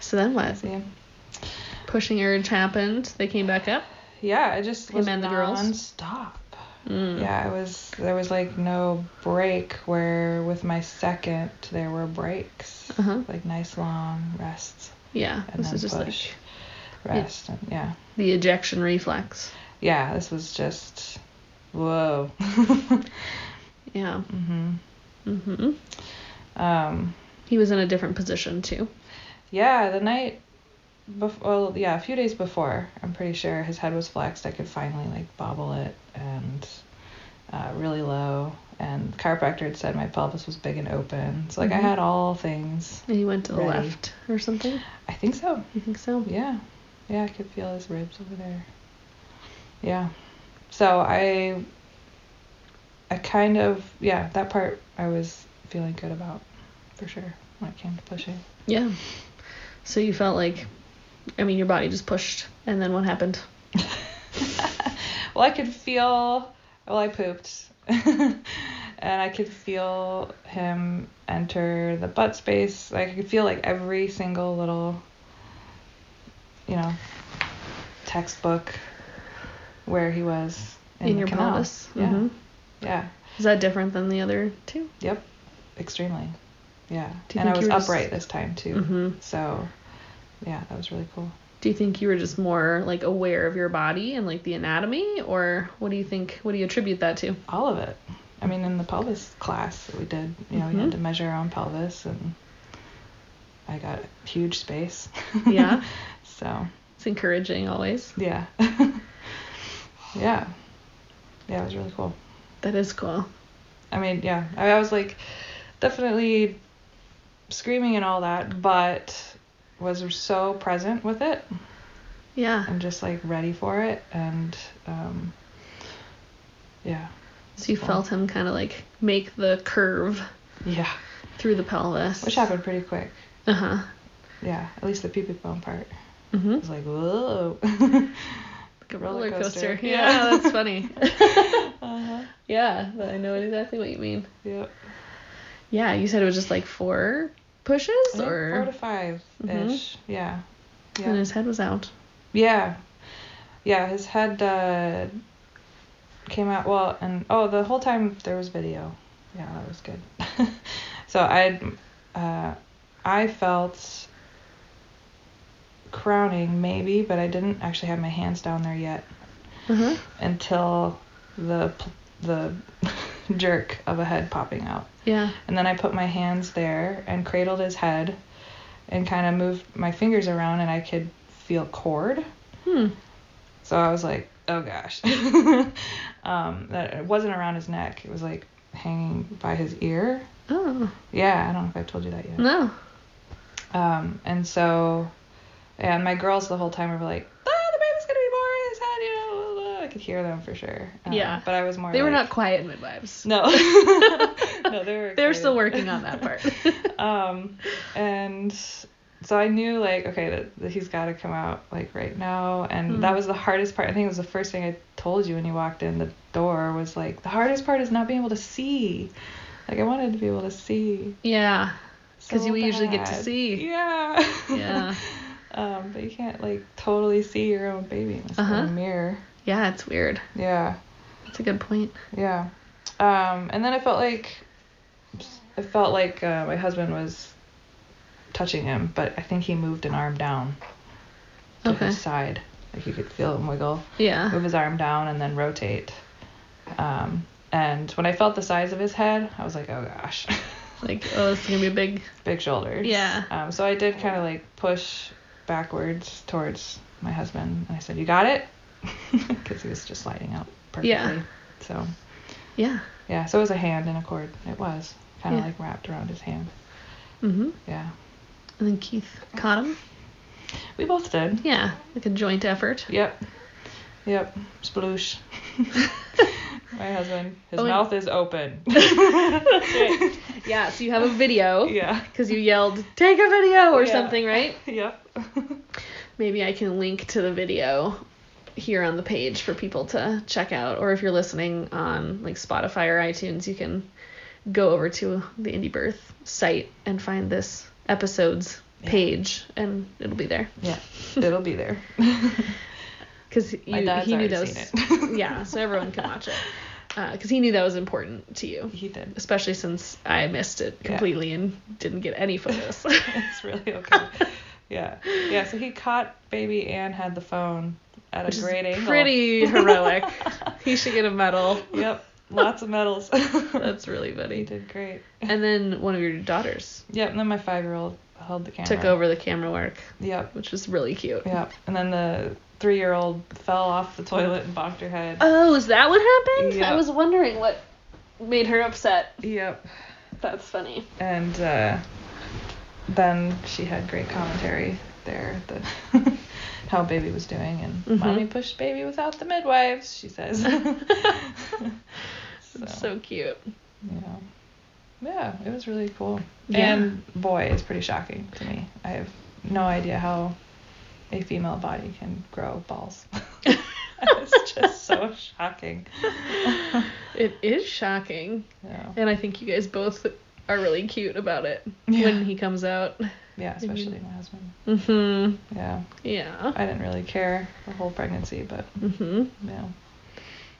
Speaker 2: so then what?
Speaker 3: See.
Speaker 2: Pushing urge happened. They came back up.
Speaker 3: Yeah, I just
Speaker 2: Him
Speaker 3: was
Speaker 2: and the girls?
Speaker 3: non-stop.
Speaker 2: Mm.
Speaker 3: Yeah, I was. There was like no break. Where with my second, there were breaks,
Speaker 2: Uh-huh.
Speaker 3: like nice long rests.
Speaker 2: Yeah.
Speaker 3: and
Speaker 2: This
Speaker 3: then
Speaker 2: is just
Speaker 3: push,
Speaker 2: like Yeah.
Speaker 3: rest, and yeah,
Speaker 2: the ejection reflex.
Speaker 3: yeah. This was just whoa.
Speaker 2: Yeah.
Speaker 3: hmm
Speaker 2: hmm
Speaker 3: Um,
Speaker 2: He was in a different position too.
Speaker 3: yeah, the night before, well, yeah, a few days before, I'm pretty sure his head was flexed. I could finally like bobble it and uh, really low. And the chiropractor had said my pelvis was big and open, so like
Speaker 2: Mhm.
Speaker 3: I had all things.
Speaker 2: And he went to the
Speaker 3: Ready.
Speaker 2: left or something.
Speaker 3: I think so.
Speaker 2: You think so?
Speaker 3: Yeah. Yeah, I could feel his ribs over there. Yeah. So I I kind of yeah, that part I was feeling good about for sure when it came to pushing.
Speaker 2: Yeah. So you felt like, I mean, your body just pushed, and then what happened?
Speaker 3: [laughs] Well I could feel well I pooped. [laughs] and I could feel him enter the butt space. Like I could feel like every single little you know textbook where he was
Speaker 2: In,
Speaker 3: the
Speaker 2: your
Speaker 3: canal.
Speaker 2: pelvis.
Speaker 3: Yeah.
Speaker 2: hmm
Speaker 3: Yeah,
Speaker 2: Is that different than the other two?
Speaker 3: extremely. Yeah.
Speaker 2: Do you
Speaker 3: and I
Speaker 2: think
Speaker 3: was
Speaker 2: you were just-
Speaker 3: upright this time too.
Speaker 2: hmm
Speaker 3: So, yeah, that was really cool.
Speaker 2: Do you think you were just more like aware of your body and like the anatomy, or what do you think? What do you attribute that
Speaker 3: [laughs]
Speaker 2: to?
Speaker 3: All of it. I mean, in the pelvis class that we did, you know, we
Speaker 2: Mhm.
Speaker 3: had to measure our own pelvis and I got a huge space. [laughs]
Speaker 2: Yeah.
Speaker 3: So,
Speaker 2: it's encouraging always.
Speaker 3: yeah. [laughs] yeah. Yeah, it was really cool.
Speaker 2: That is cool.
Speaker 3: I mean, yeah, I, I was like definitely screaming and all that, but was so present with it
Speaker 2: Yeah.
Speaker 3: I'm just like ready for it and um yeah
Speaker 2: So you
Speaker 3: Cool.
Speaker 2: felt him kind of like make the curve
Speaker 3: yeah
Speaker 2: through the pelvis.
Speaker 3: which happened pretty quick
Speaker 2: Uh huh.
Speaker 3: yeah at least the pee pee bone part
Speaker 2: Mm-hmm.
Speaker 3: I was like whoa
Speaker 2: Like a
Speaker 3: Roller
Speaker 2: roller coaster.
Speaker 3: coaster.
Speaker 2: Yeah,
Speaker 3: Yeah.
Speaker 2: that's funny.
Speaker 3: uh-huh.
Speaker 2: [laughs] yeah, I know exactly what you mean.
Speaker 3: yep
Speaker 2: Yeah, you said it was just like four pushes,
Speaker 3: I think four
Speaker 2: or Mm-hmm.
Speaker 3: to five ish yeah yeah
Speaker 2: and his head was out.
Speaker 3: yeah yeah his head uh came out well and oh the whole time there was video yeah that was good [laughs] so i uh i felt crowning maybe but i didn't actually have my hands down there yet
Speaker 2: Uh-huh.
Speaker 3: until the p- the [laughs] jerk of a head popping out.
Speaker 2: Yeah.
Speaker 3: And then I put my hands there and cradled his head and kind of moved my fingers around and I could feel cord.
Speaker 2: Hmm.
Speaker 3: So I was like, oh gosh. [laughs] um, that it wasn't around his neck. It was like hanging by his ear.
Speaker 2: Oh
Speaker 3: Yeah, I don't know if I told you that yet.
Speaker 2: no.
Speaker 3: Um, and so, and my girls the whole time were like, oh, the baby's gonna be born. His head, you know. blah, blah, blah." I could hear them for sure. Um,
Speaker 2: Yeah.
Speaker 3: But I was more.
Speaker 2: They were
Speaker 3: like-
Speaker 2: not quiet midwives.
Speaker 3: [laughs] No. no, they were.
Speaker 2: They were still working
Speaker 3: excited.
Speaker 2: on [laughs] that part.
Speaker 3: Um, and so I knew like, okay, that, that he's got to come out like right now, and
Speaker 2: Hmm.
Speaker 3: that was the hardest part. I think it was the first thing I told you when you walked in the door was like, the hardest part is not being able to see. Like I wanted to be able to see.
Speaker 2: yeah, because
Speaker 3: so
Speaker 2: we usually get to
Speaker 3: bad.
Speaker 2: see.
Speaker 3: Yeah. [laughs]
Speaker 2: Yeah.
Speaker 3: um, but you can't like totally see your own baby unless you have
Speaker 2: Uh-huh.
Speaker 3: a mirror.
Speaker 2: Yeah, it's weird.
Speaker 3: Yeah.
Speaker 2: That's a good point.
Speaker 3: Yeah. Um, and then I felt like I felt like uh, my husband was touching him, but I think he moved an arm down to
Speaker 2: Okay.
Speaker 3: his side. Like you could feel him
Speaker 2: [sighs]
Speaker 3: wiggle,
Speaker 2: Yeah.
Speaker 3: move his arm down, and then rotate. Um, and when I felt the size of his head, I was like, oh gosh, [laughs]
Speaker 2: Like, oh, this is gonna be a big.
Speaker 3: big shoulders.
Speaker 2: Yeah.
Speaker 3: Um, so I did kind of like push backwards towards my husband, and I said, you got it, [laughs] because he was just sliding out perfectly.
Speaker 2: Yeah.
Speaker 3: So.
Speaker 2: Yeah.
Speaker 3: Yeah, so it was a hand and a cord. It was kind of
Speaker 2: Yeah.
Speaker 3: like wrapped around his hand.
Speaker 2: Mhm.
Speaker 3: Yeah,
Speaker 2: And then Keith caught him.
Speaker 3: we both did.
Speaker 2: Yeah, like a joint effort.
Speaker 3: Yep, yep.
Speaker 2: [laughs]
Speaker 3: Sploosh. My husband, his
Speaker 2: Oh, and-
Speaker 3: mouth
Speaker 2: [laughs]
Speaker 3: is open. [laughs]
Speaker 2: Yeah. So you have a video
Speaker 3: yeah.
Speaker 2: because you yelled, "Take a video" or
Speaker 3: Yeah.
Speaker 2: something, right?
Speaker 3: Yep.
Speaker 2: Maybe I can link to the video here on the page for people to check out, or if you're listening on like Spotify or iTunes, you can go over to the Indie Birth site and find this episode's page, and it'll be there.
Speaker 3: yeah, it'll be there.
Speaker 2: because he
Speaker 3: My dad's
Speaker 2: knew that
Speaker 3: already
Speaker 2: was
Speaker 3: seen
Speaker 2: [laughs]
Speaker 3: it.
Speaker 2: yeah, so everyone can watch it because he knew that was important to you,
Speaker 3: He did. [laughs]
Speaker 2: especially since I missed it
Speaker 3: Yeah.
Speaker 2: completely and didn't get any photos.
Speaker 3: It's really okay. yeah, yeah. So he caught baby and had the phone at
Speaker 2: Which
Speaker 3: a
Speaker 2: is
Speaker 3: great angle.
Speaker 2: Pretty [laughs] heroic. he should get a medal.
Speaker 3: Yep. Lots
Speaker 2: [laughs]
Speaker 3: of medals.
Speaker 2: That's really
Speaker 3: he [laughs]
Speaker 2: funny.
Speaker 3: did great.
Speaker 2: And then one of your daughters
Speaker 3: Yep, and then my five year old held the camera.
Speaker 2: took over the camera work,
Speaker 3: Yep,
Speaker 2: which was really cute.
Speaker 3: yep. And then the three year old fell off the toilet and bonked her head.
Speaker 2: Oh, is that what happened?
Speaker 3: Yeah.
Speaker 2: I was wondering what made her upset.
Speaker 3: Yep.
Speaker 2: That's funny.
Speaker 3: And uh, then she had great commentary there that [laughs] how baby was doing and
Speaker 2: Mhm.
Speaker 3: mommy pushed baby without the midwives, she says. so,
Speaker 2: That's so cute.
Speaker 3: you know. Yeah, it was really cool.
Speaker 2: Yeah.
Speaker 3: And boy, it's pretty shocking to me. I have no idea how a female body can grow balls. [laughs] it's just so shocking.
Speaker 2: It is shocking.
Speaker 3: Yeah.
Speaker 2: And I think you guys both are really cute about it when he comes out.
Speaker 3: Yeah, especially my husband.
Speaker 2: Mm-hmm.
Speaker 3: Yeah.
Speaker 2: Yeah.
Speaker 3: I didn't really care the whole pregnancy, but
Speaker 2: Mm-hmm.
Speaker 3: yeah.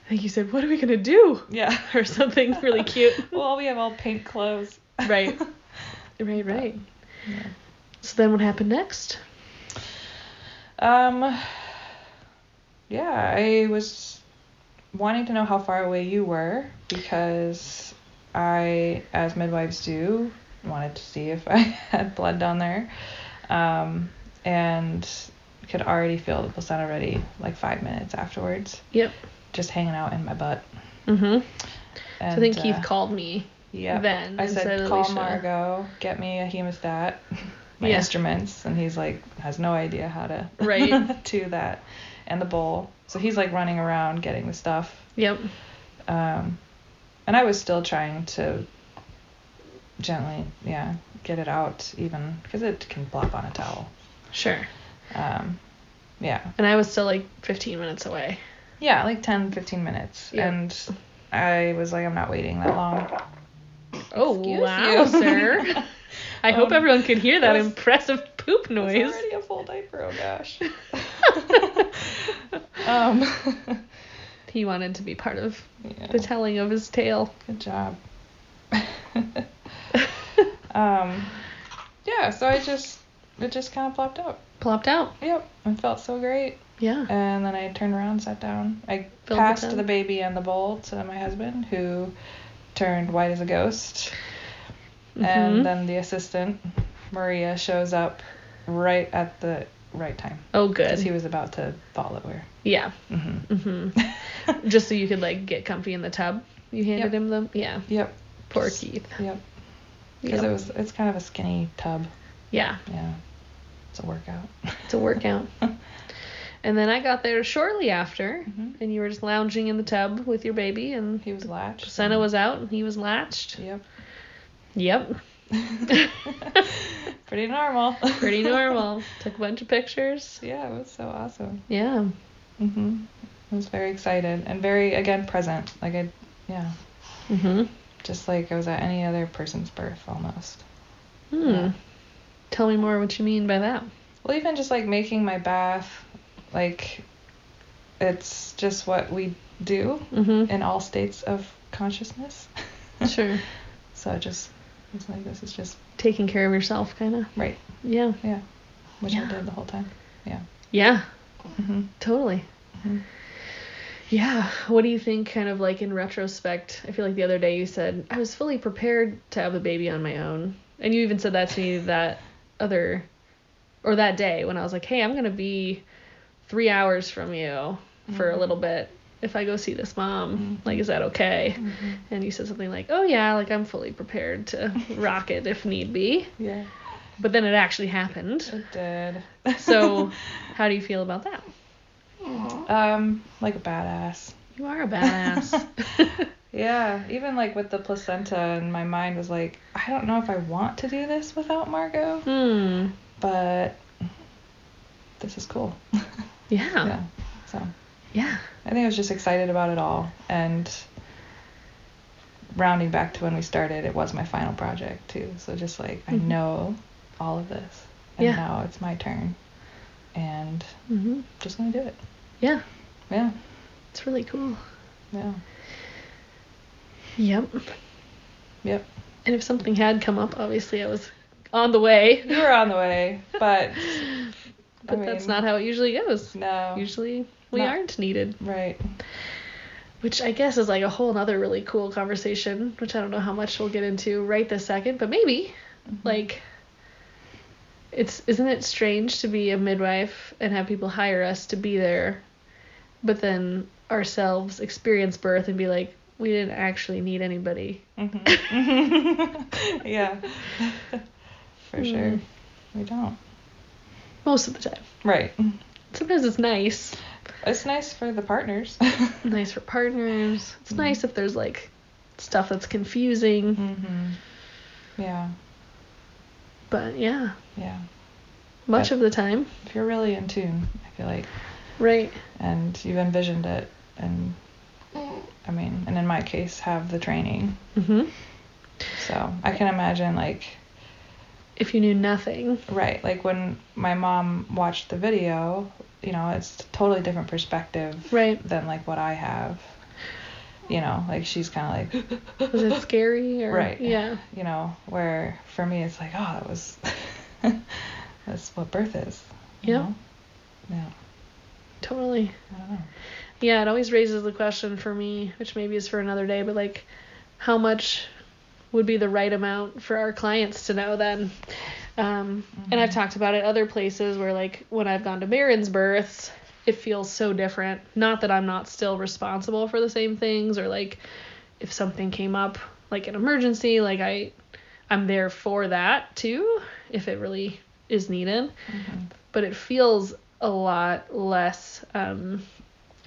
Speaker 2: I think you said, "What are we gonna do?" [laughs]
Speaker 3: Yeah. [laughs]
Speaker 2: or something really cute.
Speaker 3: Well, we have all pink clothes. [laughs]
Speaker 2: right. Right. Right.
Speaker 3: Yeah.
Speaker 2: So then, what happened next?
Speaker 3: Um yeah, I was wanting to know how far away you were because I as midwives do wanted to see if [laughs] I had blood down there. Um and could already feel the placenta ready like 5 minutes afterwards
Speaker 2: Yep.
Speaker 3: just hanging out in my butt.
Speaker 2: Mm-hmm.
Speaker 3: And,
Speaker 2: so then
Speaker 3: uh,
Speaker 2: Keith called me.
Speaker 3: Yeah.
Speaker 2: then
Speaker 3: I
Speaker 2: and
Speaker 3: said,
Speaker 2: said,
Speaker 3: call
Speaker 2: "Alicia."
Speaker 3: Margot, get me a hemostat, my
Speaker 2: Yeah.
Speaker 3: instruments. And he's like, has no idea how to [laughs]
Speaker 2: Right.
Speaker 3: do that. And the bowl. So he's like running around getting the stuff.
Speaker 2: Yep.
Speaker 3: Um, and I was still trying to gently, yeah, get it out even because it can plop on a towel.
Speaker 2: Sure.
Speaker 3: Um, yeah.
Speaker 2: And I was still like 15 minutes away.
Speaker 3: Yeah, like 10, 15 minutes.
Speaker 2: Yeah.
Speaker 3: And I was like, I'm not waiting that long.
Speaker 2: Oh
Speaker 3: Excuse
Speaker 2: wow,
Speaker 3: you.
Speaker 2: sir!
Speaker 3: [laughs]
Speaker 2: I hope
Speaker 3: Um,
Speaker 2: everyone could hear that
Speaker 3: it was-
Speaker 2: impressive poop noise.
Speaker 3: It's already a full diaper. Oh gosh. [laughs] um,
Speaker 2: He wanted to be part of
Speaker 3: yeah,
Speaker 2: the telling of his tale.
Speaker 3: good job. [laughs] um, yeah. So I just it just kind of plopped out.
Speaker 2: Plopped out.
Speaker 3: Yep. It felt so great.
Speaker 2: Yeah.
Speaker 3: And then I turned around, sat down. I
Speaker 2: Filled it
Speaker 3: passed
Speaker 2: up.
Speaker 3: the baby and the bowl to my husband, who turned white as a ghost.
Speaker 2: Mhm.
Speaker 3: And uh, then the assistant Maria shows up right at the right time
Speaker 2: Oh,
Speaker 3: because
Speaker 2: good.
Speaker 3: he was about to fall over.
Speaker 2: yeah.
Speaker 3: Mm-hmm.
Speaker 2: hmm
Speaker 3: [laughs]
Speaker 2: Just so you could like get comfy in the tub. You handed
Speaker 3: Yep.
Speaker 2: him them. Yeah.
Speaker 3: Yep.
Speaker 2: Poor
Speaker 3: Just-
Speaker 2: Keith.
Speaker 3: Yep. Because it
Speaker 2: Yep.
Speaker 3: was it's kind of a skinny tub.
Speaker 2: Yeah.
Speaker 3: Yeah. It's a workout.
Speaker 2: It's a
Speaker 3: [laughs]
Speaker 2: workout. and then I got there shortly after,
Speaker 3: Mhm.
Speaker 2: and you were just lounging in the tub with your baby, and
Speaker 3: He was latched.
Speaker 2: Senna was out, and he was latched.
Speaker 3: Yep.
Speaker 2: Yep.
Speaker 3: Pretty normal. [laughs]
Speaker 2: Pretty normal. Took a bunch of pictures.
Speaker 3: yeah, it was so awesome.
Speaker 2: Yeah.
Speaker 3: hmm I was very excited and very again present. Like I, yeah,
Speaker 2: Mm-hmm.
Speaker 3: just like I was at any other person's birth almost.
Speaker 2: Hmm.
Speaker 3: Yeah.
Speaker 2: Tell me more what you mean by that.
Speaker 3: Well, even just like making my bath, like it's just what we do
Speaker 2: Mm-hmm.
Speaker 3: [laughs] in all states of consciousness.
Speaker 2: Sure.
Speaker 3: So I just it's like this is just
Speaker 2: Taking care of yourself, kind of.
Speaker 3: right,
Speaker 2: Yeah.
Speaker 3: yeah, which
Speaker 2: Yeah.
Speaker 3: I did the whole time.
Speaker 2: Yeah.
Speaker 3: hmm
Speaker 2: Totally.
Speaker 3: Mhm.
Speaker 2: Yeah. What do you think, kind of like in retrospect? I feel like the other day you said, I was fully prepared to have a baby on my own. And you even said that to me that other, or that day when I was like, hey, I'm going to be three hours from you for a
Speaker 3: Mhm.
Speaker 2: little bit if I go see this mom.
Speaker 3: Mhm.
Speaker 2: Like, is that okay?
Speaker 3: hmm
Speaker 2: And you said something like, oh, yeah, like I'm fully prepared [laughs] to rock it if need be.
Speaker 3: Yeah,
Speaker 2: But then it actually happened.
Speaker 3: it did.
Speaker 2: [laughs] So, how do you feel about that?
Speaker 3: Um, like a badass.
Speaker 2: You are a badass.
Speaker 3: Yeah, even like with the placenta, and my mind was like, I don't know if I want to do this without Margot,
Speaker 2: [laughs] hmm.
Speaker 3: but this is cool.
Speaker 2: Yeah.
Speaker 3: Yeah. So
Speaker 2: Yeah.
Speaker 3: I think I was just excited about it all, and rounding back to when we started, it was my final project too. So just like
Speaker 2: Mhm.
Speaker 3: I know all of this, and
Speaker 2: Yeah.
Speaker 3: now it's my turn, and
Speaker 2: hmm
Speaker 3: just gonna do it.
Speaker 2: Yeah.
Speaker 3: Yeah.
Speaker 2: It's really cool.
Speaker 3: Yeah.
Speaker 2: Yep.
Speaker 3: Yep.
Speaker 2: And if something had come up, obviously I was on the way.
Speaker 3: You were on the way, but
Speaker 2: [laughs] But that's
Speaker 3: mean-
Speaker 2: not how it usually goes.
Speaker 3: no.
Speaker 2: Usually we
Speaker 3: Not-
Speaker 2: aren't needed,
Speaker 3: Right.
Speaker 2: which I guess is like a whole other really cool conversation, which I don't know how much we'll get into right this second, but maybe like it's isn't it strange to be a midwife and have people hire us to be there but then ourselves experience birth and be like we didn't actually need anybody [laughs]
Speaker 3: Mhm. [laughs] yeah. For sure.
Speaker 2: Mm.
Speaker 3: We don't.
Speaker 2: most of the time
Speaker 3: Right.
Speaker 2: sometimes it's nice
Speaker 3: It's nice for the partners. [laughs]
Speaker 2: nice for partners it's
Speaker 3: Mhm.
Speaker 2: nice if there's like stuff that's confusing
Speaker 3: hmm Yeah.
Speaker 2: but yeah
Speaker 3: Yeah.
Speaker 2: much
Speaker 3: Yeah.
Speaker 2: of the time
Speaker 3: If you're really in tune, I feel like,
Speaker 2: right
Speaker 3: and you've envisioned it, and I mean, and in my case, have the training.
Speaker 2: hmm
Speaker 3: So I can imagine, like,
Speaker 2: if you knew nothing
Speaker 3: right, like when my mom watched the video, you know, it's totally different perspective
Speaker 2: right
Speaker 3: than like what I have. You know, like she's kind of like,
Speaker 2: was it scary or
Speaker 3: Right.
Speaker 2: yeah
Speaker 3: you know, where for me it's like, oh, that was, [laughs] that's what birth is. you
Speaker 2: Yeah.
Speaker 3: know? Yeah.
Speaker 2: totally
Speaker 3: I don't know.
Speaker 2: Yeah, it always raises the question for me, which maybe is for another day, but like, how much would be the right amount for our clients to know then? Um, And I've talked about it other places where, like, when I've gone to Marin's births, it feels so different. Not that I'm not still responsible for the same things, or like, if something came up, like an emergency, like I, I'm there for that too, if it really is needed
Speaker 3: Mhm.
Speaker 2: but it feels a lot less um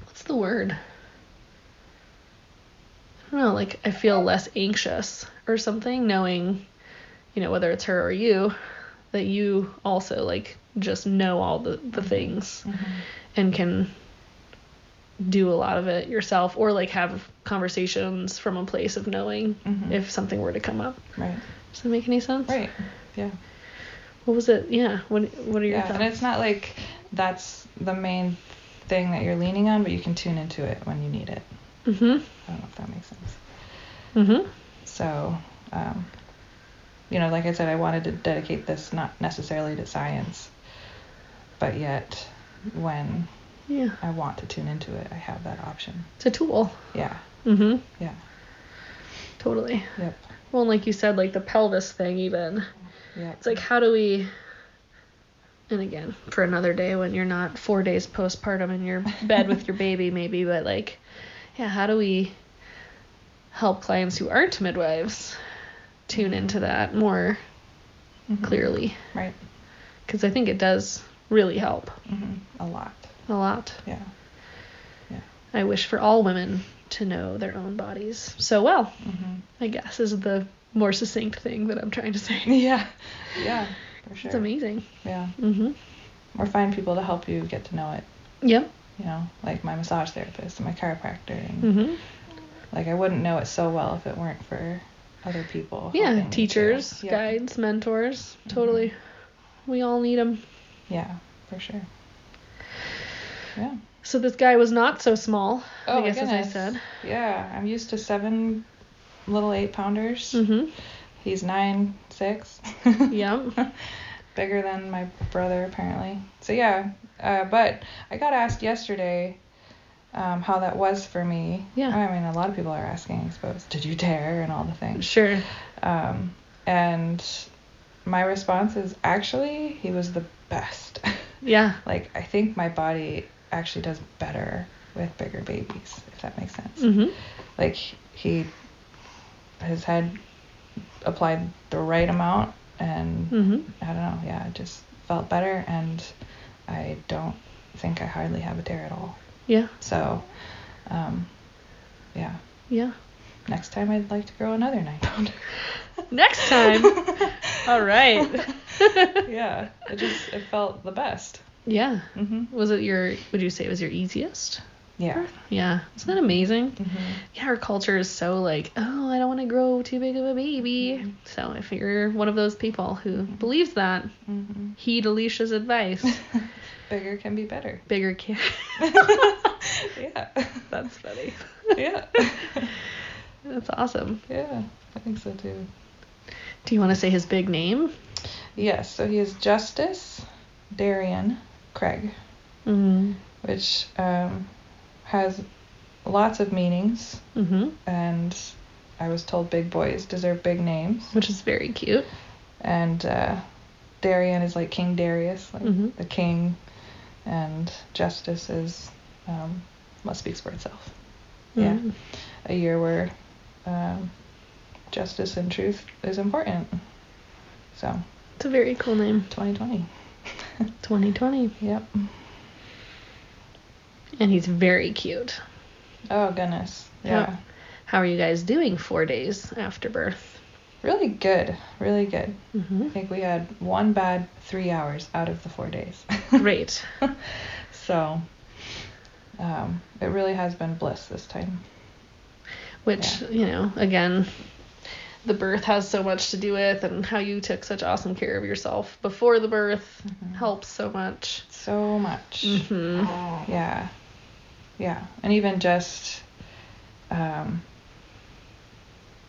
Speaker 2: what's the word i don't know like i feel less anxious or something knowing you know whether it's her or you that you also like just know all the, the things
Speaker 3: Mhm.
Speaker 2: and can do a lot of it yourself or like have conversations from a place of knowing
Speaker 3: Mhm.
Speaker 2: if something were to come up
Speaker 3: Mm-hmm. Right.
Speaker 2: does that make any sense
Speaker 3: Right. Yeah.
Speaker 2: what was it yeah what what are your
Speaker 3: yeah.
Speaker 2: thoughts
Speaker 3: And it's not like that's the main thing that you're leaning on, but you can tune into it when you need it.
Speaker 2: mhm
Speaker 3: I don't know if that makes sense.
Speaker 2: mhm
Speaker 3: So, um, you know, like I said, I wanted to dedicate this not necessarily to science, but yet when
Speaker 2: yeah
Speaker 3: I want to tune into it, I have that option.
Speaker 2: it's a tool.
Speaker 3: Yeah.
Speaker 2: Mm-hmm.
Speaker 3: Yeah.
Speaker 2: Totally.
Speaker 3: Yep.
Speaker 2: Well, and like you said, like the pelvis thing, even.
Speaker 3: Yep.
Speaker 2: It's like, how do we. And again, for another day when you're not four days postpartum in
Speaker 3: [laughs]
Speaker 2: your bed with your baby, maybe, but like, yeah, how do we help clients who aren't midwives tune into that more
Speaker 3: Mhm.
Speaker 2: clearly?
Speaker 3: Right.
Speaker 2: Because I think it does really help
Speaker 3: hmm A lot.
Speaker 2: a lot.
Speaker 3: Yeah.
Speaker 2: I wish for all women to know their own bodies so well,
Speaker 3: hmm
Speaker 2: [laughs] I guess, is the more succinct thing that I'm trying to say.
Speaker 3: [laughs] Yeah. Yeah. For sure.
Speaker 2: It's amazing.
Speaker 3: Yeah.
Speaker 2: Mm-hmm.
Speaker 3: Or find people to help you get to know it.
Speaker 2: Yep.
Speaker 3: You know, like my massage therapist and my chiropractor. And,
Speaker 2: Mm-hmm.
Speaker 3: Like I wouldn't know it so well if it weren't for other people. helping
Speaker 2: Yeah.
Speaker 3: me
Speaker 2: Teachers,
Speaker 3: too. Yep.
Speaker 2: guides, mentors.
Speaker 3: Mm-hmm.
Speaker 2: Totally. We all need them.
Speaker 3: Yeah, for sure. Yeah.
Speaker 2: So this guy was not so small.
Speaker 3: Oh
Speaker 2: I
Speaker 3: my
Speaker 2: guess as
Speaker 3: goodness.
Speaker 2: I said.
Speaker 3: Yeah, I'm used to seven little eight pounders. [laughs]
Speaker 2: Mhm.
Speaker 3: He's nine six.
Speaker 2: Yep.
Speaker 3: Bigger than my brother apparently. So yeah, uh, but I got asked yesterday um, how that was for me.
Speaker 2: Yeah.
Speaker 3: I mean, a lot of people are asking, I suppose. Did you tear and all the things?
Speaker 2: Sure.
Speaker 3: Um, and my response is actually he was the best. [laughs]
Speaker 2: Yeah.
Speaker 3: like I think my body actually does better with bigger babies, if that makes sense
Speaker 2: Mhm.
Speaker 3: like he his head applied the right amount and
Speaker 2: Mhm.
Speaker 3: i don't know yeah it just felt better and i don't think i hardly have a tear at all
Speaker 2: Yeah.
Speaker 3: so um yeah
Speaker 2: Yeah.
Speaker 3: next time i'd like to grow another nine pounder [laughs]
Speaker 2: Next time. All right.
Speaker 3: [laughs] yeah it just it felt the best
Speaker 2: Yeah.
Speaker 3: hmm
Speaker 2: Was it your? Would you say it was your easiest?
Speaker 3: yeah
Speaker 2: Yeah. Isn't that amazing?
Speaker 3: hmm
Speaker 2: Yeah, our culture is so like, oh, I don't want to grow too big of a baby.
Speaker 3: Mm-hmm.
Speaker 2: So if you're one of those people who believes that,
Speaker 3: hmm
Speaker 2: heed Alicia's [laughs] advice.
Speaker 3: bigger can be better [laughs]
Speaker 2: Bigger kid. [laughs]
Speaker 3: yeah
Speaker 2: That's funny.
Speaker 3: yeah
Speaker 2: [laughs] That's awesome.
Speaker 3: yeah i think so too
Speaker 2: Do you want to say his big name?
Speaker 3: Yes, so he is Justice Darian Craig,
Speaker 2: Mm.
Speaker 3: which um, has lots of meanings,
Speaker 2: Mhm.
Speaker 3: and I was told big boys deserve big names,
Speaker 2: Which is very cute.
Speaker 3: and uh, Darian is like King Darius, like
Speaker 2: Mhm.
Speaker 3: the king, and Justice is um, well, speaks for itself. Yeah.
Speaker 2: Mm.
Speaker 3: A year where um, justice and truth is important. So
Speaker 2: It's a very cool name.
Speaker 3: 2020.
Speaker 2: 2020.
Speaker 3: Yep.
Speaker 2: And he's very cute.
Speaker 3: Oh goodness.
Speaker 2: Yeah.
Speaker 3: yeah.
Speaker 2: How are you guys doing four days after birth?
Speaker 3: Really good, really good.
Speaker 2: Mm-hmm.
Speaker 3: I
Speaker 2: [laughs]
Speaker 3: think we had one bad three hours out of the four days. [laughs]
Speaker 2: Great.
Speaker 3: so um, it really has been bliss this time.
Speaker 2: which you know again the birth has so much to do with and how you took such awesome care of yourself before the birth helps so much
Speaker 3: Mm-hmm. So much.
Speaker 2: hmm
Speaker 3: Yeah, yeah. And even just, um,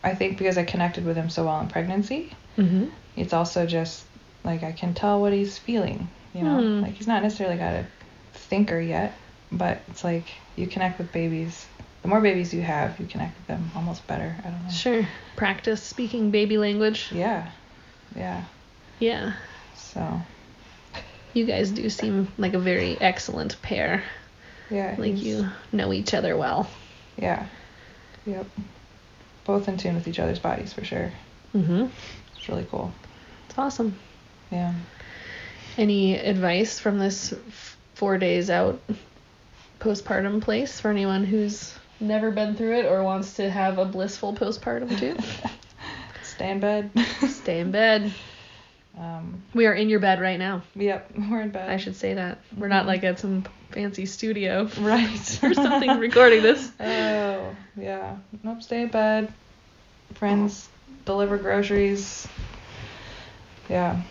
Speaker 3: I think because I connected with him so well in pregnancy,
Speaker 2: hmm
Speaker 3: it's also just like I can tell what he's feeling, you know?
Speaker 2: Hmm.
Speaker 3: Like he's not necessarily got a thinker yet, but it's like you connect with babies. The more babies you have, you connect with them almost better. I don't know.
Speaker 2: sure practice speaking baby language
Speaker 3: Yeah. Yeah.
Speaker 2: yeah
Speaker 3: So,
Speaker 2: you guys do seem like a very excellent pair
Speaker 3: yeah.
Speaker 2: like
Speaker 3: he's-
Speaker 2: you know each other well
Speaker 3: Yeah. Yep. Both in tune with each other's bodies for sure. Mm-hmm.
Speaker 2: hmm
Speaker 3: It's really cool.
Speaker 2: it's awesome
Speaker 3: Yeah.
Speaker 2: any advice from this f- four days out postpartum place for anyone who's never been through it or wants to have a blissful postpartum too
Speaker 3: [laughs] Stay in bed.
Speaker 2: Stay in bed.
Speaker 3: um,
Speaker 2: We are in your bed right now.
Speaker 3: yep. [laughs] We're in bed.
Speaker 2: I should say that. We're not like at some fancy studio
Speaker 3: Right.
Speaker 2: or
Speaker 3: [laughs]
Speaker 2: something recording this.
Speaker 3: Oh, yeah. Nope, stay in bed. Friends deliver groceries. Yeah.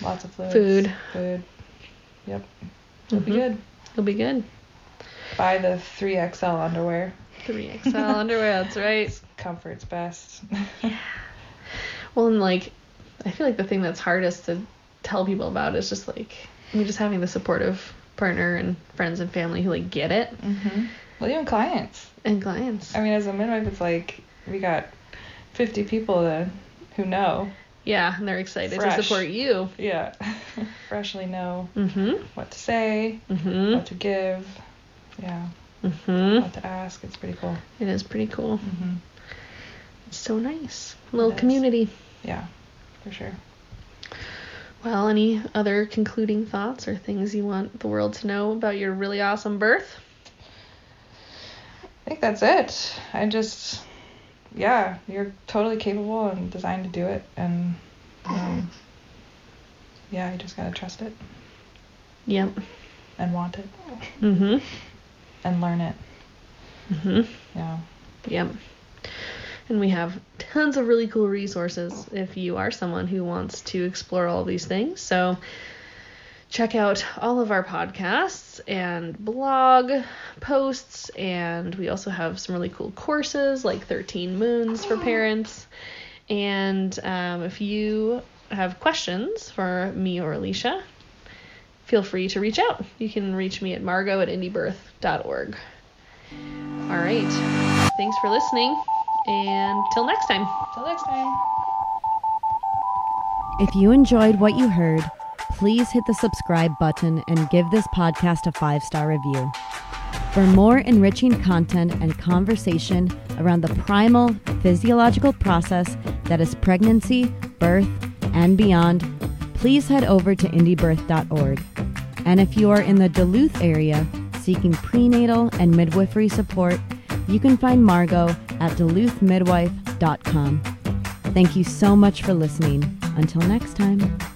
Speaker 3: Lots of fluids.
Speaker 2: Food.
Speaker 3: Food. Yep. It'll be
Speaker 2: Mhm.
Speaker 3: good.
Speaker 2: It'll be good.
Speaker 3: Buy the 3XL underwear.
Speaker 2: 3XL underwear, that's right.
Speaker 3: Comfort's best.
Speaker 2: Well, and like, I feel like the thing that's hardest to tell people about is just like, I mean, just having the supportive partner and friends and family who like get it
Speaker 3: hmm Well, even clients.
Speaker 2: and clients.
Speaker 3: I mean, as a midwife, it's like we got 50 people that, who know.
Speaker 2: Yeah, and they're excited to
Speaker 3: Fresh.
Speaker 2: support you.
Speaker 3: Yeah. [laughs] Freshly know
Speaker 2: Mm hmm.
Speaker 3: what to say,
Speaker 2: Mm
Speaker 3: what to give. Yeah.
Speaker 2: hmm. Mm
Speaker 3: What to ask. It's pretty cool.
Speaker 2: hmm. It is pretty cool.
Speaker 3: hmm
Speaker 2: So nice. Little
Speaker 3: It is.
Speaker 2: community.
Speaker 3: Yeah, for sure.
Speaker 2: Well, any other concluding thoughts or things you want the world to know about your really awesome birth?
Speaker 3: I think that's it. I just, yeah, you're totally capable and designed to do it, and um, yeah, you just gotta trust it
Speaker 2: Yep.
Speaker 3: and want it
Speaker 2: Mm-hmm.
Speaker 3: and learn it.
Speaker 2: Mm-hmm.
Speaker 3: Yeah.
Speaker 2: Yep. And we have tons of really cool resources if you are someone who wants to explore all these things. So check out all of our podcasts and blog posts. And we also have some really cool courses like 13 Moons for parents. And um, if you have questions for me or Alicia, feel free to reach out. You can reach me at margo at indiebirth.org. All right. Thanks for listening. And till next time.
Speaker 3: Till next time.
Speaker 1: If you enjoyed what you heard, please hit the subscribe button and give this podcast a five star review. For more enriching content and conversation around the primal physiological process that is pregnancy, birth, and beyond, please head over to indiebirth.org. And if you are in the Duluth area seeking prenatal and midwifery support, you can find Margot at duluthmidwife.com. Thank you so much for listening. Until next time.